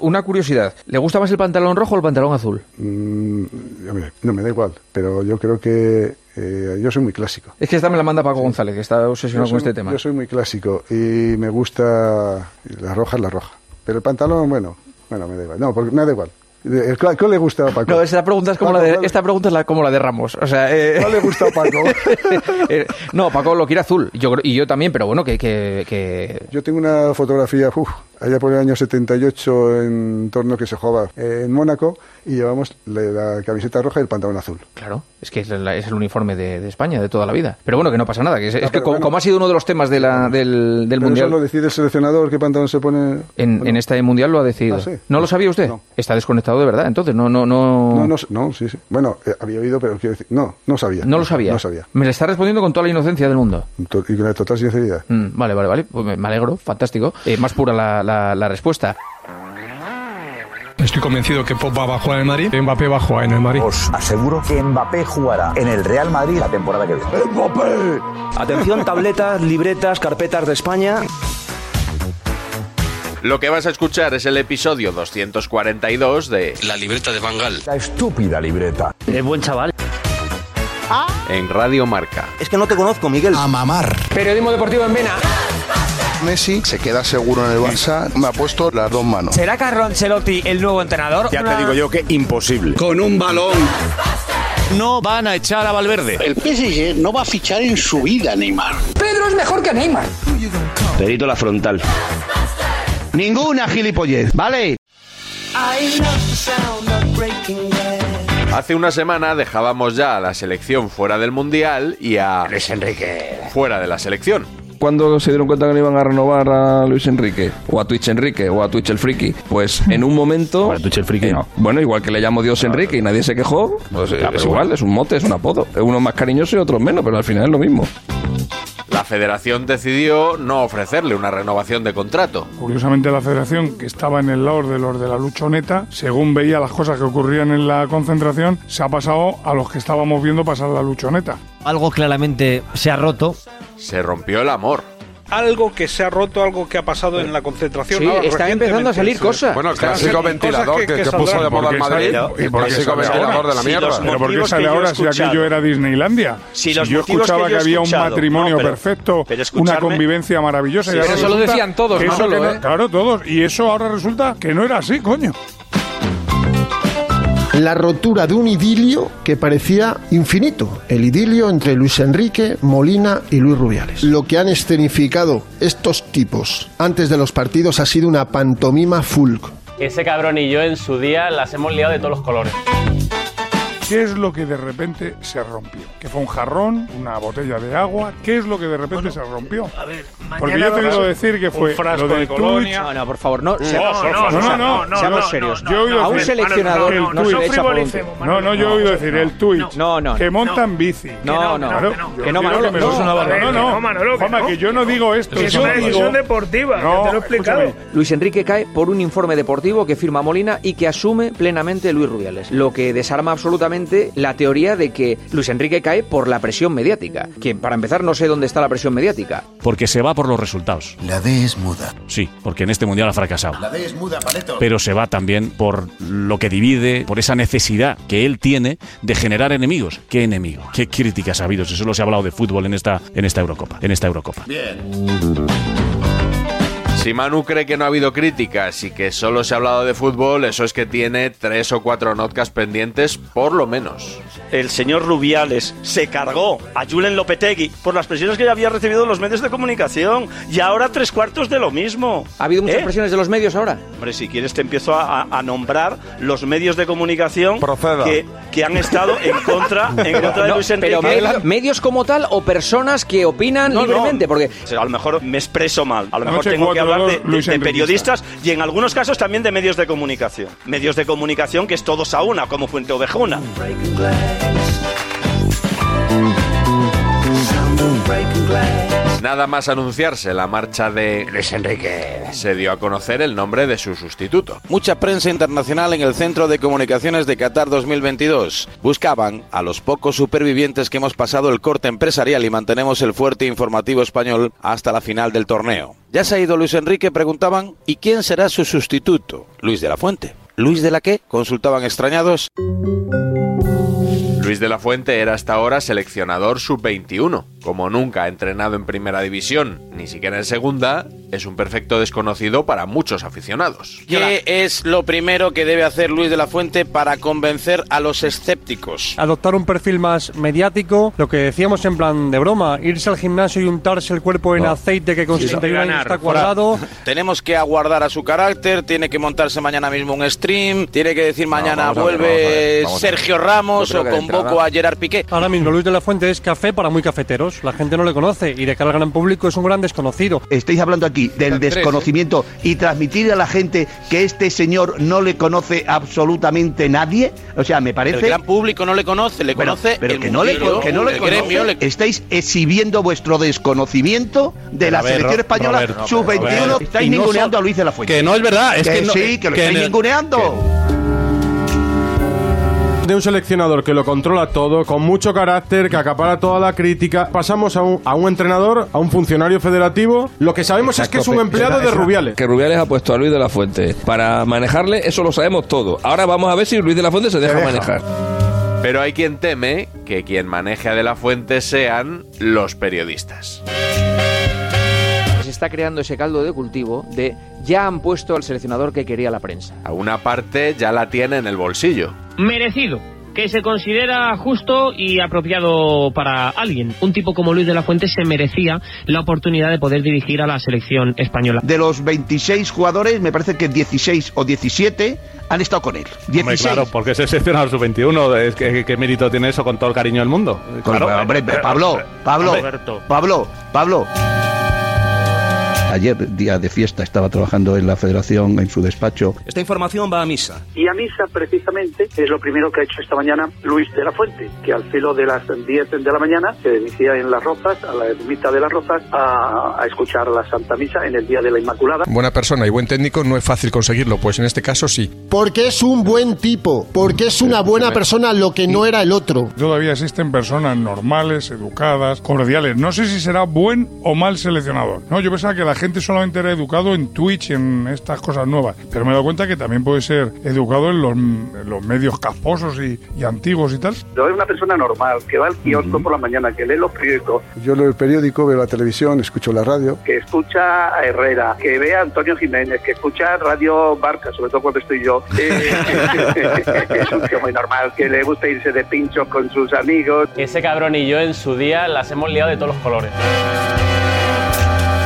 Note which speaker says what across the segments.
Speaker 1: Una curiosidad, ¿le gusta más el pantalón rojo o el pantalón azul?
Speaker 2: Mm, hombre, no me da igual, pero yo creo que eh, yo soy muy clásico.
Speaker 1: Es que esta me la manda Paco González, que está obsesionado
Speaker 2: yo
Speaker 1: con
Speaker 2: soy-
Speaker 1: este tema.
Speaker 2: Yo soy muy clásico y me gusta la roja es la roja. Pero el pantalón, bueno, bueno, me da igual. No, porque me da igual. El cla- ¿Cuál le gusta a Paco?
Speaker 1: No, esta pregunta es como
Speaker 2: Paco,
Speaker 1: la de
Speaker 2: ¿cuál-
Speaker 1: esta pregunta es la, como la de Ramos, o sea, eh,
Speaker 2: ¿Cuál le gusta a Paco?
Speaker 1: eh, no, Paco lo quiere azul, yo creo- y yo también, pero bueno, que, que, que-
Speaker 2: Yo tengo una fotografía, uf, allá por el año 78, en torno que se jugaba eh, en Mónaco, y llevamos le- la camiseta roja y el pantalón azul.
Speaker 1: claro, es que es, la- es el uniforme de, de España de toda la vida. Pero bueno, que no pasa nada, que es, es que
Speaker 2: Ah, pero
Speaker 1: como,
Speaker 2: bueno.
Speaker 1: como ha sido uno de los temas de la- del, del
Speaker 2: Pero eso
Speaker 1: mundial.
Speaker 2: lo decide el seleccionador, qué pantalón se pone.
Speaker 1: En,
Speaker 2: Bueno,
Speaker 1: en este mundial lo ha decidido.
Speaker 2: Ah, sí.
Speaker 1: ¿No lo sabía usted?
Speaker 2: No.
Speaker 1: Está desconectado de verdad, entonces no, no, no.
Speaker 2: No, no, no, sí, sí. Bueno, eh, había oído, pero quiero decir, no, no sabía.
Speaker 1: No lo sabía.
Speaker 2: No sabía.
Speaker 1: Me le está respondiendo con toda la inocencia del mundo.
Speaker 2: To- Y con la total sinceridad.
Speaker 1: Mm, vale, vale, vale. Pues me me alegro, fantástico. Eh, más pura la, la- la respuesta.
Speaker 3: Estoy convencido que Pogba va a jugar en el Madrid, Mbappé va a jugar en el Madrid.
Speaker 4: Os aseguro que Mbappé jugará en el Real Madrid la temporada que viene.
Speaker 5: Atención, tabletas, libretas, carpetas de España.
Speaker 6: Lo que vas a escuchar es el episodio 242 de
Speaker 7: La libreta de Bangal.
Speaker 4: La estúpida libreta.
Speaker 5: Es buen chaval.
Speaker 6: En Radio Marca.
Speaker 5: Es que no te conozco, Miguel.
Speaker 1: Periodismo deportivo en Vena.
Speaker 8: Messi se queda seguro en el Barça. Me ha puesto las dos manos.
Speaker 5: ¿Será Carlo Ancelotti el nuevo entrenador?
Speaker 4: Ya te digo yo que imposible.
Speaker 7: Con un balón. No van a echar a Valverde.
Speaker 8: El PSG no va a fichar en su vida, Neymar.
Speaker 5: Perito la frontal. Ninguna gilipollez, ¿vale?
Speaker 6: Hace una semana dejábamos ya a la selección fuera del Mundial y a... Luis Enrique. Fuera de la selección.
Speaker 1: Cuando se dieron cuenta que no iban a renovar a Luis Enrique, o a Twitch Enrique, o a Twitch el Friki, pues en un momento. Ah, Bueno, igual que le llamo Dios Enrique y nadie se quejó, pues es igual, es un mote, es un apodo. Uno más cariñoso y otro menos, pero al final es lo mismo.
Speaker 6: La federación decidió no ofrecerle una renovación de contrato.
Speaker 3: Curiosamente la federación, que estaba en el lado de los de la luchoneta, según veía las cosas que ocurrían en la concentración, se ha pasado a los que estábamos viendo pasar la luchoneta.
Speaker 5: Algo claramente se ha roto.
Speaker 6: Se rompió el amor.
Speaker 5: Algo que se ha roto, algo que ha pasado en la concentración.
Speaker 1: Sí, están empezando a salir cosas.
Speaker 7: Bueno, el clásico ventilador que, que puso de moda
Speaker 3: Porque
Speaker 7: el Madrid.
Speaker 3: sale- y
Speaker 7: El
Speaker 3: porque
Speaker 7: clásico
Speaker 3: sale
Speaker 7: ventilador
Speaker 3: ahora.
Speaker 7: de la
Speaker 3: Si
Speaker 7: mierda.
Speaker 3: Pero ¿por qué sale ahora si aquello era Disneylandia? Si, yo escuchaba que, había un matrimonio perfecto, una convivencia maravillosa. y
Speaker 1: pero
Speaker 3: ahora
Speaker 1: eso lo
Speaker 3: resulta
Speaker 1: decían todos,
Speaker 3: que eso
Speaker 1: Manolo,
Speaker 3: que
Speaker 1: ¿eh?
Speaker 3: Claro, todos. Y eso ahora resulta que no era así, coño.
Speaker 8: La rotura de un idilio que parecía infinito. El idilio entre Luis Enrique, Molina y Luis Rubiales. Lo que han escenificado estos tipos antes de los partidos ha sido una pantomima fulk.
Speaker 5: Ese cabrón y yo en su día las hemos liado de todos los colores.
Speaker 3: ¿Qué es lo que de repente se rompió? ¿Que fue un jarrón? ¿Una botella de agua? ¿Qué es lo que de repente se rompió? Porque yo te digo decir que fue
Speaker 5: frasco
Speaker 3: lo
Speaker 5: de
Speaker 3: de
Speaker 5: colonia.
Speaker 3: Twitch-
Speaker 1: no, por favor, no.
Speaker 5: Mm.
Speaker 3: No, no, no,
Speaker 1: seamos serios.
Speaker 3: Yo he oído
Speaker 1: A un
Speaker 3: decir-
Speaker 1: seleccionador
Speaker 3: el
Speaker 1: no se
Speaker 3: tuit-
Speaker 1: le echa por un tuit.
Speaker 3: No, no, yo he oído decir el Twitch.
Speaker 1: no, no,
Speaker 3: Que montan bici.
Speaker 1: No, no,
Speaker 3: Claro, yo
Speaker 1: no, que no,
Speaker 3: quiero
Speaker 1: Manolo,
Speaker 3: me
Speaker 1: no.
Speaker 3: lo- no, no, Juanma, que yo no digo esto.
Speaker 1: Que es
Speaker 3: yo
Speaker 1: una
Speaker 3: digo-
Speaker 1: decisión
Speaker 5: deportiva,
Speaker 3: No, escúchame,
Speaker 1: Luis Enrique cae por un informe deportivo que firma Molina y que asume plenamente Luis Rubiales, lo que desarma absolutamente la teoría de que Luis Enrique cae por la presión mediática, que para empezar no sé dónde está la presión mediática.
Speaker 5: Porque se va por los resultados.
Speaker 8: La D es muda.
Speaker 5: Sí, porque en este mundial ha fracasado.
Speaker 8: La D es muda, paleto.
Speaker 5: Pero se va también por lo que divide, por esa necesidad que él tiene de generar enemigos. ¿Qué enemigo? ¿Qué críticas ha habido? Si solo se ha hablado de fútbol en esta, en esta Eurocopa. En esta Eurocopa.
Speaker 6: Si Manu cree que no ha habido críticas y que solo se ha hablado de fútbol, eso es que tiene tres o cuatro notcas pendientes, por lo menos.
Speaker 7: el señor Rubiales se cargó a Julen Lopetegui por las presiones que ya había recibido de los medios de comunicación y ahora tres cuartos de lo mismo.
Speaker 1: ¿Ha habido muchas
Speaker 7: ¿Eh?
Speaker 1: presiones de los medios ahora?
Speaker 7: Hombre, si quieres te empiezo a, a- a nombrar los medios de comunicación que, que han estado en contra, en contra de
Speaker 1: No,
Speaker 7: Luis Enrique.
Speaker 1: pero medio- medios como tal o personas que opinan
Speaker 7: No, no.
Speaker 1: libremente, porque
Speaker 7: O sea, A lo mejor me expreso mal, a lo
Speaker 1: La
Speaker 7: mejor
Speaker 1: noche
Speaker 7: tengo que
Speaker 1: cuatro,
Speaker 7: hablar de, de-
Speaker 1: Luis
Speaker 7: de
Speaker 1: Enriquista.
Speaker 7: periodistas y en algunos casos también de medios de comunicación. Medios de comunicación que es todos a una, como Fuente Ovejuna.
Speaker 6: Nada más anunciarse la marcha de Luis Enrique, se dio a conocer el nombre de su sustituto.
Speaker 9: Mucha prensa internacional en el Centro de Comunicaciones de Qatar 2022. Buscaban a los pocos supervivientes que hemos pasado el corte empresarial y mantenemos el fuerte informativo español hasta la final del torneo. Ya se ha ido Luis Enrique, preguntaban, ¿y quién será su sustituto? Luis de la Fuente. ¿Luis de la qué? Consultaban extrañados.
Speaker 6: Luis de la Fuente era hasta ahora seleccionador sub-21. Como nunca ha entrenado en primera división, ni siquiera en segunda, es un perfecto desconocido para muchos aficionados.
Speaker 9: ¿Qué es lo primero que debe hacer Luis de la Fuente para convencer a los escépticos?
Speaker 10: Adoptar un perfil más mediático, lo que decíamos en plan de broma, irse al gimnasio y untarse el cuerpo en aceite que con 61 años está cuadrado.
Speaker 9: Tenemos que aguardar a su carácter, tiene que montarse mañana mismo un stream, tiene que decir mañana
Speaker 10: vamos a ver,
Speaker 9: vuelve
Speaker 10: vamos a ver, vamos a ver.
Speaker 9: Sergio Ramos
Speaker 10: Yo
Speaker 9: o
Speaker 10: creo que de
Speaker 9: convoco
Speaker 10: entrada-
Speaker 9: a Gerard Piqué.
Speaker 10: Ahora mismo Luis de la Fuente es café para muy cafeteros, la gente no le conoce y de cara al gran público es un gran desconocido.
Speaker 11: Estáis hablando aquí del
Speaker 9: ¿eh?
Speaker 11: desconocimiento y transmitir a la gente que este señor no le conoce absolutamente nadie. O sea, me parece...
Speaker 9: El gran público no le conoce, le
Speaker 11: Pero-
Speaker 9: conoce
Speaker 11: pero
Speaker 9: el
Speaker 11: que no le,
Speaker 9: mundillo,
Speaker 11: que no le
Speaker 9: el
Speaker 11: conoce.
Speaker 9: gremio, le-
Speaker 11: Estáis exhibiendo vuestro desconocimiento de
Speaker 9: Pero
Speaker 11: la
Speaker 9: a ver,
Speaker 11: selección
Speaker 9: Ro-
Speaker 11: española
Speaker 9: Roberto,
Speaker 11: sub-21.
Speaker 9: Roberto.
Speaker 11: Estáis
Speaker 9: Y no so-
Speaker 11: ninguneando a Luis de la Fuente.
Speaker 9: que no es verdad, es
Speaker 11: que,
Speaker 9: que no-
Speaker 11: sí, que lo
Speaker 12: que
Speaker 11: estáis
Speaker 12: en el-
Speaker 11: ninguneando.
Speaker 12: De un seleccionador que lo controla todo, con mucho carácter, que acapara toda la crítica. Pasamos a un, a un entrenador, a un funcionario federativo. Lo que sabemos es que es un empleado de Rubiales.
Speaker 13: Que Rubiales ha puesto a Luis de la Fuente. Para manejarle, eso lo sabemos todo. Ahora vamos a ver si Luis de la Fuente se deja, manejar.
Speaker 6: Pero hay quien teme que quien maneje a De la Fuente sean los periodistas.
Speaker 1: se está creando ese caldo de cultivo de ya han puesto al seleccionador que quería la prensa.
Speaker 6: A una parte ya la tiene en el bolsillo.
Speaker 14: merecido, que se considera justo y apropiado para alguien. Un tipo como Luis de la Fuente se merecía la oportunidad de poder dirigir a la selección española.
Speaker 11: De los 26 jugadores, me parece que 16 o 17 han estado con él. 16.
Speaker 5: Hombre, claro, porque es excepcional sub-21. Es que- que- ¿Qué mérito tiene eso con todo el cariño del mundo?
Speaker 11: Con-
Speaker 5: Claro,
Speaker 11: hombre,
Speaker 5: eh,
Speaker 11: Pablo,
Speaker 5: hombre,
Speaker 11: Pablo,
Speaker 5: hombre.
Speaker 11: Pablo, Pablo. Ayer, día de fiesta, estaba trabajando en la federación, en su despacho.
Speaker 15: Esta información va a misa.
Speaker 4: Y a misa, precisamente, es lo primero que ha hecho esta mañana Luis de la Fuente, que al filo de las 10 de la mañana se dirigía en Las Rozas, a la ermita de Las Rozas, a, a escuchar la Santa Misa en el Día de la Inmaculada.
Speaker 16: Buena persona y buen técnico no es fácil conseguirlo, pues en este caso sí.
Speaker 8: Porque es un buen tipo, porque es una buena persona, lo que no era el otro.
Speaker 3: Todavía existen personas normales, educadas, cordiales. No sé si será buen o mal seleccionador. No, yo pensaba que la gente solamente era educado en Twitch, en estas cosas nuevas. Pero me he dado cuenta que también puede ser educado en los, en los medios casposos y, y antiguos y tal.
Speaker 4: Pero es una persona normal, que va al kiosco por la mañana, que lee los periódicos,
Speaker 2: Yo leo el periódico, veo la televisión, escucho la radio.
Speaker 4: que escucha a Herrera, que ve a Antonio Jiménez, que escucha Radio Barca, sobre todo cuando estoy yo. Eh, es un tío muy normal, que le gusta irse de pinchos con sus amigos.
Speaker 17: Ese cabrón y yo en su día las hemos liado de todos los colores.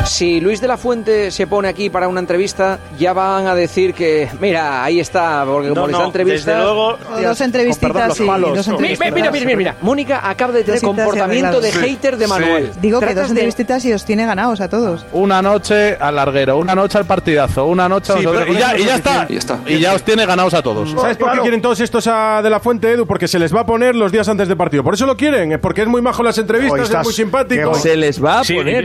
Speaker 1: Si Luis de la Fuente se pone aquí para una entrevista, ya van a decir que, mira, ahí está, porque como
Speaker 7: No,
Speaker 1: les da
Speaker 7: no,
Speaker 1: entrevistas...
Speaker 7: desde luego-
Speaker 18: Dos entrevistitas,
Speaker 1: Con perdón, los
Speaker 18: sí,
Speaker 1: palos.
Speaker 18: dos
Speaker 1: Mi-
Speaker 18: entrevistitas.
Speaker 1: Mira, mira, mira, mira. Mónica acaba de tener
Speaker 18: Dos citas
Speaker 1: comportamiento de
Speaker 18: arregladas.
Speaker 1: hater de Manuel.
Speaker 18: Digo que
Speaker 1: Tratas
Speaker 18: dos
Speaker 1: de-
Speaker 18: entrevistitas y os tiene ganados a todos.
Speaker 5: Una noche al larguero, una noche al partidazo, una noche a
Speaker 12: Sí,
Speaker 5: nosotros-
Speaker 12: pero
Speaker 5: y,
Speaker 12: con
Speaker 5: ya,
Speaker 12: eso
Speaker 5: y ya
Speaker 12: es
Speaker 5: está.
Speaker 12: suficiente. Y ya está.
Speaker 5: Y ya os tiene ganados a todos.
Speaker 12: ¿Sabes por qué quieren todos estos a De La Fuente, Edu? Porque se les va a poner los días antes de partido. Por eso lo quieren, es porque es muy majo en las entrevistas, es muy simpático.
Speaker 19: Sí,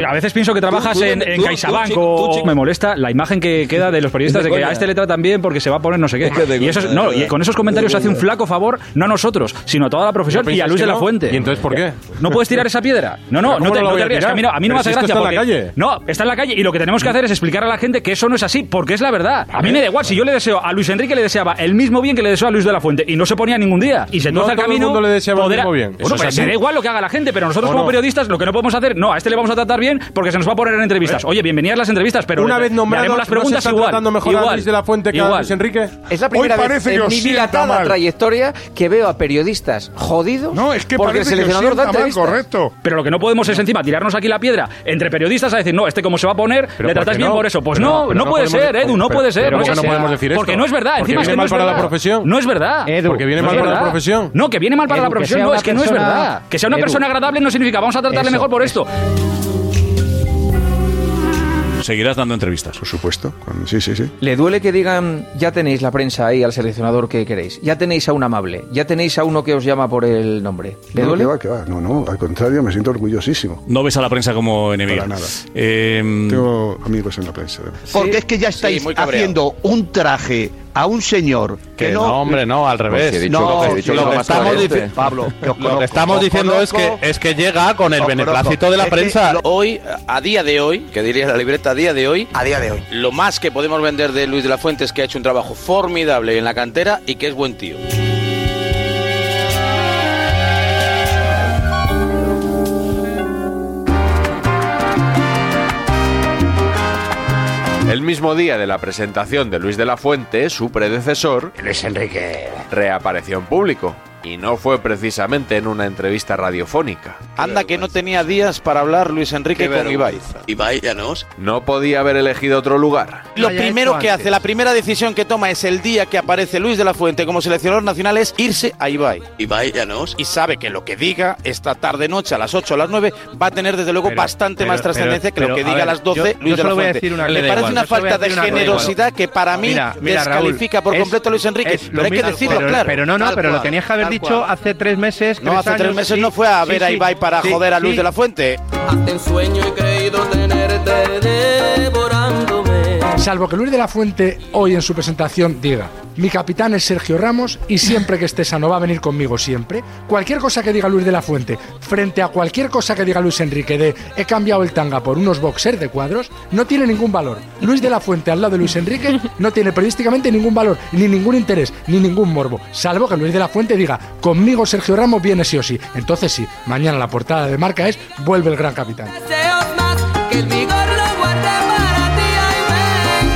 Speaker 19: A veces pienso que trabajas
Speaker 12: Tú- tú-
Speaker 19: en, en
Speaker 12: tú-
Speaker 19: CaixaBank
Speaker 12: tú-
Speaker 19: o-
Speaker 12: tú- tú-
Speaker 19: Me molesta la imagen que queda de los periodistas
Speaker 12: Es de
Speaker 19: de que
Speaker 12: coña.
Speaker 19: a este le tratan bien porque se va a poner no sé qué. Y, eso es- no, y con esos comentarios se hace un flaco favor, no a nosotros, sino a toda la profesión
Speaker 12: ¿No
Speaker 19: y a
Speaker 12: piensas
Speaker 19: Luis
Speaker 12: que
Speaker 19: de la
Speaker 12: no?
Speaker 19: Fuente.
Speaker 12: ¿Y entonces por qué?
Speaker 19: ¿No puedes tirar esa piedra? No, no, no
Speaker 12: ¿Pero cómo
Speaker 19: te,
Speaker 12: no la
Speaker 19: no
Speaker 12: voy
Speaker 19: te
Speaker 12: a
Speaker 19: rías. que a mí no, a mí no
Speaker 12: tirar?
Speaker 19: me hace
Speaker 12: Pero
Speaker 19: gracia.
Speaker 12: si esto está en la
Speaker 19: porque-
Speaker 12: calle.
Speaker 19: No, está en la calle y lo que tenemos que hacer es explicar a la gente que eso no es así porque es la verdad. A mí me da igual, si yo le deseo a Luis Enrique le deseaba el mismo bien que le deseo a Luis de la Fuente y no se ponía ningún día y se
Speaker 12: No
Speaker 19: torce al
Speaker 12: todo el
Speaker 19: camino.
Speaker 12: mundo le deseaba el
Speaker 19: poder a-
Speaker 12: mismo bien. Eso
Speaker 19: Bueno,
Speaker 12: es
Speaker 19: pero
Speaker 12: así.
Speaker 19: me da igual lo que haga la gente, pero nosotros
Speaker 12: ¿O
Speaker 19: como
Speaker 12: no?
Speaker 19: periodistas lo que no podemos hacer, no, a este le vamos a tratar bien porque se nos va a poner en
Speaker 20: Eh.
Speaker 19: entrevista. entrevistas. Oye, bienvenidas las entrevistas, pero
Speaker 12: Una
Speaker 19: le-
Speaker 12: vez
Speaker 19: le
Speaker 12: nombrado,
Speaker 19: haremos las
Speaker 12: ¿no
Speaker 19: preguntas
Speaker 12: se está
Speaker 19: igual.
Speaker 12: tratando mejor a
Speaker 19: igual,
Speaker 12: Luis de la Fuente que a
Speaker 19: igual.
Speaker 12: Luis Enrique?
Speaker 1: Es la primera
Speaker 12: Hoy
Speaker 1: vez
Speaker 12: parece que
Speaker 1: en
Speaker 12: os
Speaker 1: mi
Speaker 12: sienta
Speaker 1: dilatada
Speaker 12: mal.
Speaker 1: trayectoria que veo a periodistas jodidos
Speaker 19: No, es
Speaker 1: que porque el
Speaker 19: parece que os
Speaker 1: seleccionador da
Speaker 19: sienta mal,
Speaker 1: entrevistas.
Speaker 19: correcto. Pero lo que no podemos es encima tirarnos aquí la piedra entre periodistas a decir, no, este cómo se va a poner,
Speaker 20: Pero
Speaker 19: le tratas
Speaker 20: porque
Speaker 19: bien
Speaker 20: no,
Speaker 19: por eso. Pues
Speaker 20: pero
Speaker 19: no,
Speaker 20: no,
Speaker 19: no,
Speaker 20: pero no
Speaker 19: puede
Speaker 20: podemos
Speaker 19: ser,
Speaker 20: decir-
Speaker 19: Edu, no
Speaker 20: pero-
Speaker 19: puede ser.
Speaker 20: pero porque no
Speaker 19: sea.
Speaker 20: podemos decir esto.
Speaker 19: Porque no es verdad,
Speaker 20: Porque
Speaker 19: encima es que
Speaker 20: viene
Speaker 19: no
Speaker 20: mal
Speaker 19: es
Speaker 20: para la
Speaker 19: verdad.
Speaker 20: profesión.
Speaker 19: No es verdad.
Speaker 20: Edu, Porque viene
Speaker 19: No
Speaker 20: mal
Speaker 19: es
Speaker 20: para la
Speaker 19: verdad.
Speaker 20: profesión.
Speaker 19: No, que viene mal para
Speaker 20: Edu,
Speaker 19: la
Speaker 20: que
Speaker 19: profesión,
Speaker 20: sea
Speaker 19: no,
Speaker 20: una
Speaker 19: es que no es
Speaker 20: persona-
Speaker 19: verdad. Que sea una
Speaker 20: Edu.
Speaker 19: persona agradable no significa vamos a tratarle
Speaker 20: Eso,
Speaker 19: mejor por esto.
Speaker 5: Seguirás dando entrevistas.
Speaker 2: Por supuesto. Con- Sí, sí, sí.
Speaker 1: ¿Le duele que digan, ya tenéis la prensa ahí al seleccionador que queréis? Ya tenéis a un amable, ya tenéis a uno que os llama por el nombre. ¿Le
Speaker 2: No,
Speaker 1: duele?
Speaker 2: que va, que va. No, no, al contrario, me siento orgullosísimo.
Speaker 5: No ves a la prensa como enemiga.
Speaker 2: Para nada.
Speaker 5: Eh,
Speaker 2: Tengo amigos en la prensa.
Speaker 4: Porque es que ya estáis haciendo un traje a un señor que,
Speaker 20: Que no, hombre, no, al revés.
Speaker 4: No,
Speaker 20: Pues he dicho
Speaker 4: no,
Speaker 20: lo que he dicho,
Speaker 4: lo
Speaker 20: lo
Speaker 4: que
Speaker 20: más
Speaker 4: estamos
Speaker 20: coherente.
Speaker 4: diciendo, Pablo, que os
Speaker 20: Lo
Speaker 4: conozco,
Speaker 20: que estamos
Speaker 4: os
Speaker 20: diciendo es que,
Speaker 4: conozco.
Speaker 20: es que llega con el
Speaker 4: Os
Speaker 20: beneplácito
Speaker 4: conozco.
Speaker 20: de la
Speaker 4: Es que
Speaker 20: prensa.
Speaker 9: Hoy, a día de hoy, que diría la libreta, a día de hoy,
Speaker 4: a día de hoy,
Speaker 9: lo más que podemos vender de Luis de la Fuente es que ha hecho un trabajo formidable en la cantera y que es buen tío.
Speaker 6: El mismo día de la presentación de Luis de la Fuente, su predecesor, Luis Enrique, reapareció en público. Y no fue precisamente en una entrevista radiofónica.
Speaker 9: Anda que no tenía días para hablar Luis Enrique con Ibai.
Speaker 6: Ibai Llanos. No podía haber elegido otro lugar.
Speaker 9: Lo primero que hace, la primera decisión que toma es el día que aparece Luis de la Fuente como seleccionador nacional es irse a Ibai. Ibai Llanos. Y sabe que lo que diga esta tarde noche a las 8 o las 9 va a tener desde luego bastante
Speaker 20: pero-
Speaker 9: más trascendencia que
Speaker 20: pero-
Speaker 9: lo que
Speaker 20: pero,
Speaker 9: diga
Speaker 20: a
Speaker 9: a las
Speaker 20: ver,
Speaker 9: 12
Speaker 20: yo-
Speaker 9: Luis
Speaker 20: yo
Speaker 9: de la
Speaker 20: solo voy a
Speaker 9: Fuente.
Speaker 20: decir una
Speaker 9: Me
Speaker 20: cosa.
Speaker 9: parece
Speaker 20: Yo solo
Speaker 9: una
Speaker 20: voy a
Speaker 9: falta de
Speaker 20: decir una cosa.
Speaker 9: generosidad que para mí
Speaker 21: Mira, mira, Raúl,
Speaker 9: descalifica por
Speaker 21: es-
Speaker 9: completo a Luis Enrique.
Speaker 21: es lo
Speaker 9: Pero hay que
Speaker 21: mismo,
Speaker 9: decirlo
Speaker 21: pero-
Speaker 9: claro.
Speaker 21: Pero no, no,
Speaker 9: Tal
Speaker 21: pero lo
Speaker 9: cual,
Speaker 21: tenías que haber
Speaker 9: tal
Speaker 21: dicho
Speaker 9: cual.
Speaker 21: hace tres meses.
Speaker 9: No, hace tres
Speaker 21: años,
Speaker 9: meses
Speaker 21: sí.
Speaker 9: no fue a
Speaker 21: Sí,
Speaker 9: ver a
Speaker 21: sí.
Speaker 9: Ibai para
Speaker 21: Sí,
Speaker 9: joder a Luis
Speaker 21: sí.
Speaker 9: de la Fuente.
Speaker 11: Hasta en sueño he creído tenerte devorándome.
Speaker 22: Salvo que Luis de la Fuente hoy en su presentación diga, mi capitán es Sergio Ramos y siempre que esté sano va a venir conmigo siempre. Cualquier cosa que diga Luis de la Fuente frente a cualquier cosa que diga Luis Enrique de he cambiado el tanga por unos boxers de cuadros, no tiene ningún valor. Luis de la Fuente al lado de Luis Enrique no tiene periodísticamente ningún valor, ni ningún interés, ni ningún morbo. Salvo que Luis de la Fuente diga, conmigo Sergio Ramos viene sí o sí. Entonces sí, mañana la portada de marca es vuelve el gran capitán.
Speaker 11: Deseos más que el vigor lo guarde para ti.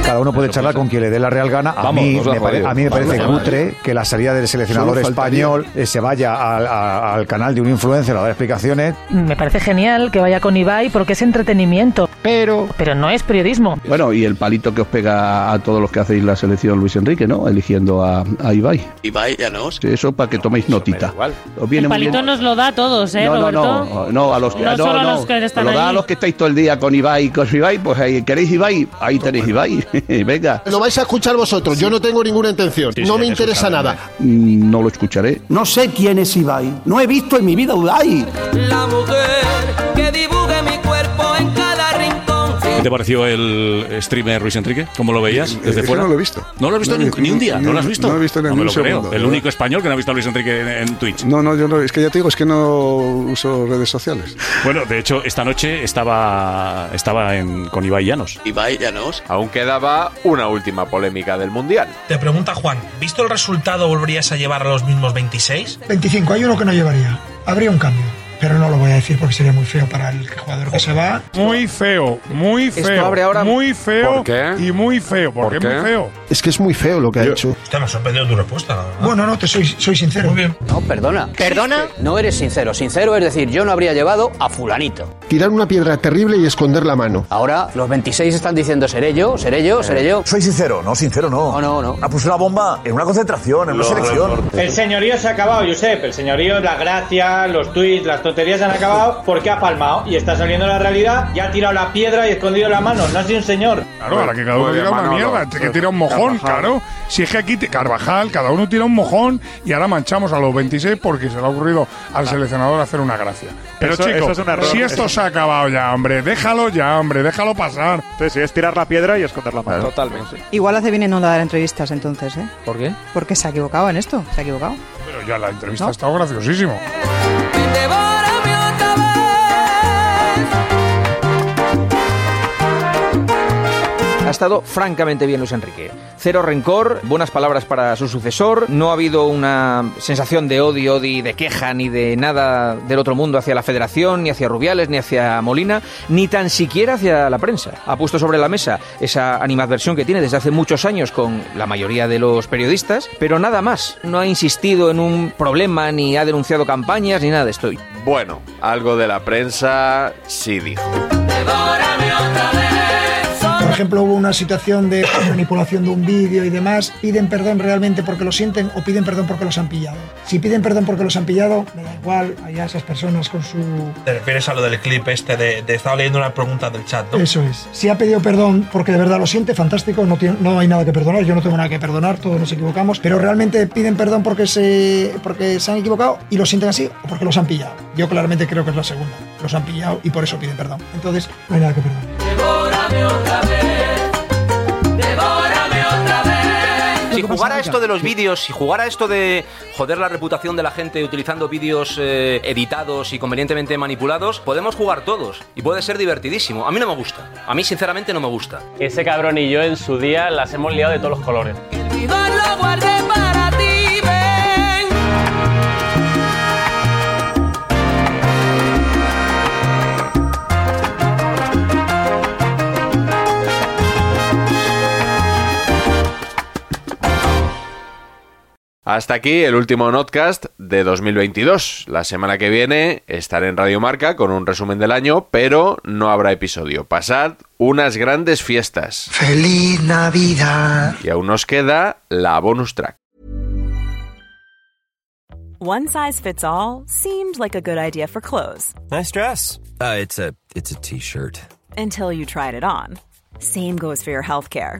Speaker 23: Cada uno puede charlar con quien le dé la real gana. A,
Speaker 24: Vamos,
Speaker 23: mí,
Speaker 24: nos la
Speaker 23: me pare-
Speaker 24: jodido.
Speaker 23: a mí me
Speaker 24: Vamos,
Speaker 23: parece
Speaker 24: nos la
Speaker 23: cutre que la salida del seleccionador
Speaker 24: Solo faltaría.
Speaker 23: español eh, se vaya al, a- al canal de un influencer a dar explicaciones.
Speaker 25: Me parece genial que vaya con Ibai porque es entretenimiento. Pero. Pero no es periodismo. Bueno, y el palito que os pega a todos los que hacéis la selección Luis Enrique, ¿no? Eligiendo a, a Ibai.
Speaker 9: Ibai Llanos.
Speaker 25: Eso para que toméis notita. Os viene
Speaker 26: El
Speaker 25: muy bien-
Speaker 26: palito nos lo da a todos, ¿eh,
Speaker 25: no, no,
Speaker 26: Roberto?
Speaker 25: no, no, a los que,
Speaker 26: No
Speaker 25: no,
Speaker 26: solo a
Speaker 25: no,
Speaker 26: los que están
Speaker 25: lo da
Speaker 26: allí.
Speaker 25: a los que estáis todo el día con Ibai, con Ibai, pues ahí queréis Ibai, ahí tenéis Ibai, venga.
Speaker 8: Lo vais a escuchar vosotros, yo no tengo ninguna intención, no me interesa nada.
Speaker 25: Mm, No lo escucharé.
Speaker 8: No sé quién es Ibai, no he visto en mi vida Ibai.
Speaker 11: La mujer que dibuje mi cuerpo en cada rincón.
Speaker 5: ¿Qué te pareció el streamer Luis Enrique? ¿Cómo lo veías desde
Speaker 2: eh,
Speaker 5: fuera?
Speaker 2: no lo he visto.
Speaker 5: ¿No lo has visto
Speaker 2: No,
Speaker 5: ni,
Speaker 2: ni-
Speaker 5: ni un día?
Speaker 2: ni-
Speaker 5: ¿No lo has visto?
Speaker 2: no lo he visto ni
Speaker 5: me
Speaker 2: un
Speaker 5: lo creo.
Speaker 2: segundo,
Speaker 5: El
Speaker 2: ¿verdad?
Speaker 5: único español que no ha visto a Luis Enrique en, en Twitch.
Speaker 2: No, no, yo no, es que ya te digo, es que no uso redes sociales.
Speaker 5: Bueno, de hecho, esta noche estaba, estaba en- con Ibai Llanos.
Speaker 6: Ibai Llanos. Aún quedaba una última polémica del Mundial.
Speaker 27: Te pregunta Juan, ¿visto el resultado volverías a llevar a los mismos 26?
Speaker 22: 25, hay uno que no llevaría. Habría un cambio. Pero no lo voy a decir porque sería muy feo para el jugador que se va.
Speaker 3: Muy feo, muy
Speaker 22: Esto
Speaker 3: feo.
Speaker 22: abre ahora-
Speaker 3: Muy feo
Speaker 22: ¿Por qué?
Speaker 3: y muy feo. Porque
Speaker 22: ¿Por
Speaker 3: es muy
Speaker 22: qué?
Speaker 3: feo.
Speaker 8: Es que es muy feo lo que ha hecho.
Speaker 27: Te me ha sorprendido tu respuesta, la verdad.
Speaker 8: Bueno, no, te soy, soy sincero.
Speaker 11: No, perdona. ¿Perdona? No eres sincero. Sincero es decir, yo no habría llevado a fulanito.
Speaker 8: Tirar una piedra terrible y esconder la mano.
Speaker 11: Ahora los 26 están diciendo seré yo, seré yo, seré yo.
Speaker 25: Soy sincero, no, sincero no. No, no, no. Ha puesto una bomba en una concentración, en una selección.
Speaker 26: El señorío se ha acabado, Josep. El señorío, las gracias, los tweets, las tonterías se han acabado porque ha palmado y está saliendo la realidad y ha tirado la piedra y escondido la mano. No ha sido un señor.
Speaker 3: Claro, ahora que cada uno
Speaker 26: Muy bien,
Speaker 3: tira una
Speaker 26: Manolo.
Speaker 3: mierda, este que tira un mojón, claro. Si es que aquí, te- Carvajal, cada uno tira un mojón y ahora manchamos a los 26 porque se le ha ocurrido al seleccionador hacer una gracia.
Speaker 27: Ah.
Speaker 3: Pero
Speaker 27: Eso-
Speaker 3: chico,
Speaker 27: eso es un error.
Speaker 3: si esto
Speaker 27: Eso-
Speaker 3: se ha acabado ya, hombre, déjalo ya, hombre, déjalo pasar.
Speaker 27: Entonces, si es tirar la piedra y esconder la mano.
Speaker 3: Totalmente.
Speaker 18: Igual hace bien en no dar entrevistas entonces, ¿eh?
Speaker 3: ¿Por qué?
Speaker 18: Porque se ha equivocado en esto, se ha equivocado.
Speaker 3: Pero ya la entrevista ha estado graciosísimo.
Speaker 1: Ha estado francamente bien Luis Enrique. Cero rencor, buenas palabras para su sucesor, no ha habido una sensación de odio, ni de queja, ni de nada del otro mundo hacia la federación, ni hacia Rubiales, ni hacia Molina, ni tan siquiera hacia la prensa. Ha puesto sobre la mesa esa animadversión que tiene desde hace muchos años con la mayoría de los periodistas, pero nada más. No ha insistido en un problema, ni ha denunciado campañas, ni nada de esto.
Speaker 6: Bueno, algo de la prensa sí dijo.
Speaker 28: Por ejemplo, hubo una situación de manipulación de un vídeo y demás. ¿Piden perdón realmente porque lo sienten o piden perdón porque los han pillado? Si piden perdón porque los han pillado, me da igual, allá esas personas con su...
Speaker 29: Te refieres a lo del clip este de, de- estaba leyendo una pregunta del chat, ¿no?
Speaker 28: Eso es. Si ha pedido perdón porque de verdad lo siente, fantástico, no, tiene- no hay nada que perdonar, yo no tengo nada que perdonar, todos nos equivocamos, pero realmente piden perdón porque se, porque se han equivocado y lo sienten así o porque los han pillado. Yo claramente creo que es la segunda, los han pillado y por eso piden perdón. Entonces, no hay nada que perdonar.
Speaker 30: Si jugara esto de los vídeos, si jugara esto de joder la reputación de la gente utilizando vídeos eh, editados y convenientemente manipulados, podemos jugar todos y puede ser divertidísimo. A mí no me gusta. A mí sinceramente no me gusta.
Speaker 5: Ese cabrón y yo en su día las hemos liado de todos los colores.
Speaker 6: Hasta aquí el último Notcast de 2022. La semana que viene estaré en Radio Marca con un resumen del año, pero no habrá episodio. Pasad unas grandes fiestas.
Speaker 28: Feliz Navidad.
Speaker 6: Y aún nos queda la bonus track.
Speaker 30: One size fits all seemed like a good idea for clothes
Speaker 21: Nice dress. Uh, it's a it's a t-shirt.
Speaker 30: until you tried it on. Same goes for your healthcare.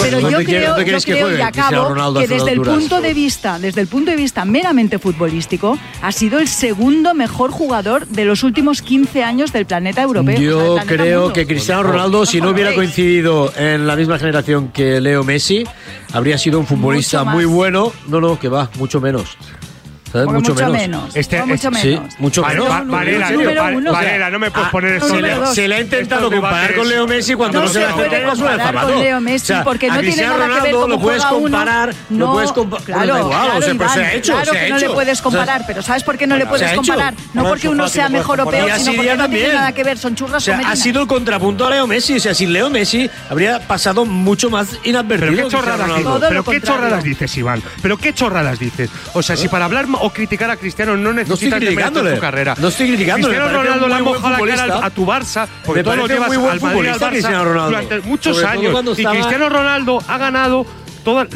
Speaker 31: Pero
Speaker 7: ¿Dónde
Speaker 31: yo
Speaker 7: quiere-
Speaker 31: creo,
Speaker 7: dónde
Speaker 31: yo
Speaker 7: quieres que
Speaker 31: creo
Speaker 7: juegue
Speaker 31: y
Speaker 7: Cristiano
Speaker 31: acabo
Speaker 7: Ronaldo a
Speaker 31: que
Speaker 7: esas
Speaker 31: desde el
Speaker 7: alturas?
Speaker 31: punto de vista, desde el punto de vista meramente futbolístico, ha sido el segundo mejor jugador de los últimos 15 años del planeta europeo. o sea, del
Speaker 7: Yo
Speaker 31: planeta
Speaker 7: creo
Speaker 31: mundo.
Speaker 7: que Cristiano Ronaldo, si no hubiera coincidido en la misma generación que Leo Messi, habría sido un futbolista
Speaker 31: más.
Speaker 7: muy bueno. No, no, que va, mucho menos. ¿Sabes?
Speaker 31: Porque
Speaker 7: Mucho,
Speaker 31: mucho menos,
Speaker 7: menos.
Speaker 31: Este- como mucho
Speaker 7: Sí,
Speaker 31: menos.
Speaker 7: mucho
Speaker 31: Vale,
Speaker 7: menos.
Speaker 31: va- Varela, tío, Número va- uno. Varela, Ah, no me
Speaker 4: Pues
Speaker 31: puedes poner esto.
Speaker 7: Se le,
Speaker 31: Número dos.
Speaker 7: se le ha intentado
Speaker 31: Estos
Speaker 7: comparar
Speaker 31: debates-
Speaker 7: con Leo Messi cuando
Speaker 31: No
Speaker 7: no,
Speaker 31: se
Speaker 7: se lo
Speaker 31: puede
Speaker 7: hace es un
Speaker 31: comparar
Speaker 7: enfadado.
Speaker 31: con Leo Messi
Speaker 7: O sea,
Speaker 31: porque no
Speaker 7: a
Speaker 31: tiene
Speaker 7: Cristiano
Speaker 31: nada que ver
Speaker 7: Ronaldo
Speaker 31: cómo
Speaker 7: lo puedes
Speaker 31: juega uno,
Speaker 7: comparar,
Speaker 31: no,
Speaker 7: lo puedes comparar.
Speaker 31: Claro, claro,
Speaker 7: pero se ha
Speaker 31: Iván,
Speaker 7: hecho, se
Speaker 31: claro
Speaker 7: ha
Speaker 31: que no
Speaker 7: hecho.
Speaker 31: le puedes comparar, pero ¿sabes por qué no le
Speaker 7: Bueno,
Speaker 31: puedes
Speaker 7: se ha hecho.
Speaker 31: comparar? No
Speaker 7: Bueno,
Speaker 31: porque
Speaker 7: eso
Speaker 31: uno
Speaker 7: fácil
Speaker 31: sea
Speaker 7: lo puedes
Speaker 31: mejor o
Speaker 7: comparar.
Speaker 31: peor,
Speaker 7: Y
Speaker 31: sino
Speaker 7: así
Speaker 31: porque
Speaker 7: día
Speaker 31: no tiene
Speaker 7: también.
Speaker 31: nada que ver, son
Speaker 7: O
Speaker 31: churras o
Speaker 7: sea, ha
Speaker 31: merinas.
Speaker 7: sido el contrapunto a Leo Messi. O sea, sin Leo Messi habría pasado mucho más inadvertido.
Speaker 4: Pero qué
Speaker 7: Cristiano
Speaker 4: chorradas
Speaker 7: Ronaldo.
Speaker 4: dices, pero qué chorradas dices, Iván. Pero qué chorradas dices. O sea, si para hablar o criticar a Cristiano no necesitas demerecer
Speaker 7: criticándole.
Speaker 4: su carrera.
Speaker 7: No estoy criticándole, me parece
Speaker 4: Cristiano Ronaldo
Speaker 7: un
Speaker 4: le ha
Speaker 7: muy buen
Speaker 4: mojado la cara
Speaker 7: futbolista.
Speaker 4: a tu Barça porque
Speaker 7: Me
Speaker 4: todo lo
Speaker 7: parece
Speaker 4: llevas
Speaker 7: muy buen
Speaker 4: al Madrid y al
Speaker 7: futbolista
Speaker 4: Barça
Speaker 7: Cristiano Ronaldo.
Speaker 4: durante muchos
Speaker 7: Sobre todo
Speaker 4: años.
Speaker 7: cuando
Speaker 4: Y
Speaker 7: estaba-
Speaker 4: Cristiano Ronaldo ha ganado toda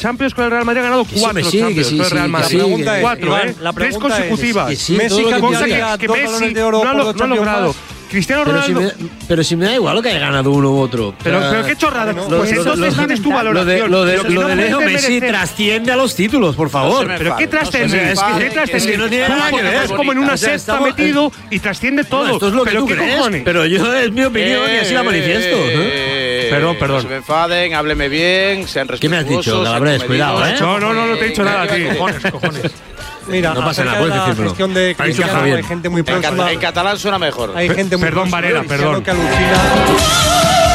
Speaker 4: Champions con el Real Madrid ha ganado
Speaker 7: sí,
Speaker 4: cuatro
Speaker 7: que sí,
Speaker 4: Champions
Speaker 7: que sí,
Speaker 4: con el Real
Speaker 7: sí,
Speaker 4: Madrid.
Speaker 7: que sí, que-
Speaker 4: cuatro,
Speaker 7: Iván,
Speaker 4: ¿eh?
Speaker 7: la
Speaker 4: Tres
Speaker 7: pregunta es
Speaker 4: consecutivas.
Speaker 7: que sí,
Speaker 4: Messi,
Speaker 7: todo lo que
Speaker 4: cosa que,
Speaker 7: había,
Speaker 4: que
Speaker 7: dos
Speaker 4: Messi
Speaker 7: balones de oro
Speaker 4: no, ha
Speaker 7: por
Speaker 4: lo-
Speaker 7: dos
Speaker 4: no ha
Speaker 7: Champions
Speaker 4: logrado.
Speaker 7: más.
Speaker 4: Cristiano
Speaker 7: Pero si
Speaker 4: Ronaldo
Speaker 7: me- Pero si me da igual lo que haya ganado uno u otro.
Speaker 4: Pero-
Speaker 7: O sea,
Speaker 4: pero qué chorrada,
Speaker 7: lo-
Speaker 4: pues
Speaker 7: lo-
Speaker 4: entonces
Speaker 7: lo-
Speaker 4: tienes
Speaker 7: Lo
Speaker 4: tu
Speaker 7: de,
Speaker 4: valoración.
Speaker 7: lo de-
Speaker 4: Pero si
Speaker 7: lo
Speaker 4: no
Speaker 7: de
Speaker 4: puedes
Speaker 7: Leo Messi
Speaker 4: desmerecer-
Speaker 7: trasciende a los títulos, por favor.
Speaker 4: Pero, ¿qué trasciende?
Speaker 7: O sea, es que- es que, no tiene nada que ver.
Speaker 4: Estás como en
Speaker 7: O
Speaker 4: una
Speaker 7: sea,
Speaker 4: cesta
Speaker 7: estamos-
Speaker 4: metido y trasciende todo.
Speaker 7: esto es lo que
Speaker 4: ¿Pero
Speaker 7: tú
Speaker 4: qué
Speaker 7: crees,
Speaker 4: cojones?
Speaker 7: pero yo- es mi opinión y así la manifiesto, ¿eh? ¿no? Perdón, perdón.
Speaker 9: Eh, No se me enfaden, hábleme bien, sean respetuosos.
Speaker 7: ¿Qué me has dicho?
Speaker 9: sean
Speaker 7: Calabres,
Speaker 9: comedidos.
Speaker 7: cuidado, ¿eh?
Speaker 9: No, no, no, no te he dicho nada a ti.
Speaker 10: Mira,
Speaker 7: no pasa
Speaker 10: acerca de
Speaker 7: nada, puedes
Speaker 10: la
Speaker 7: decírmelo.
Speaker 10: gestión de
Speaker 7: Ahí encaja
Speaker 10: Cristiano,
Speaker 7: bien.
Speaker 10: hay gente muy
Speaker 9: En,
Speaker 10: próxima.
Speaker 9: cata- en catalán suena mejor.
Speaker 10: Hay gente muy
Speaker 4: Perdón,
Speaker 10: próxima de
Speaker 4: Varela,
Speaker 10: Cristiano
Speaker 4: perdón.
Speaker 10: que alucina.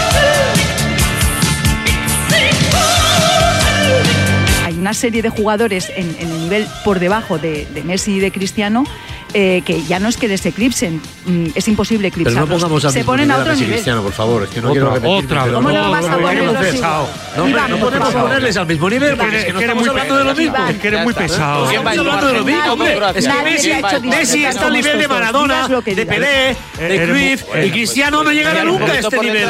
Speaker 31: Hay una serie de jugadores en, en el nivel por debajo de, de Messi y de Cristiano eh, que ya no es que les eclipsen, mm, es imposible
Speaker 7: Pero no
Speaker 31: eclipsarlos.
Speaker 7: pongamos a
Speaker 31: Se
Speaker 7: mismo
Speaker 31: ponen a
Speaker 7: nivel
Speaker 31: otro
Speaker 7: Messi y
Speaker 31: nivel.
Speaker 7: Cristiano, por favor. Es que no
Speaker 4: Otra,
Speaker 7: quiero repetir.
Speaker 4: otra vez. ¿Cómo no vas a ponerlos igual?
Speaker 7: No, hombre,
Speaker 4: Iván,
Speaker 7: no
Speaker 4: por
Speaker 7: podemos
Speaker 4: favor.
Speaker 7: ponerles al mismo nivel porque
Speaker 4: Eres-
Speaker 7: es que no
Speaker 4: eres
Speaker 7: estamos
Speaker 4: muy
Speaker 7: hablando de lo
Speaker 4: pesado.
Speaker 7: mismo.
Speaker 4: Es que eres muy pesado.
Speaker 7: No estamos
Speaker 4: Iván,
Speaker 7: hablando de lo
Speaker 4: Iván,
Speaker 7: mismo, hombre.
Speaker 4: Iván,
Speaker 7: Es que
Speaker 4: Iván,
Speaker 7: Messi,
Speaker 4: Iván,
Speaker 7: Messi
Speaker 4: Iván,
Speaker 7: está al
Speaker 4: Iván,
Speaker 7: nivel de
Speaker 4: Iván,
Speaker 7: Maradona,
Speaker 4: digas lo que
Speaker 7: de
Speaker 4: digas.
Speaker 7: Pelé, de
Speaker 4: Eres muy-
Speaker 7: Cruyff.
Speaker 4: eres
Speaker 7: Y
Speaker 4: muy-
Speaker 7: Cristiano no llegará
Speaker 4: eres muy-
Speaker 7: nunca a este nivel.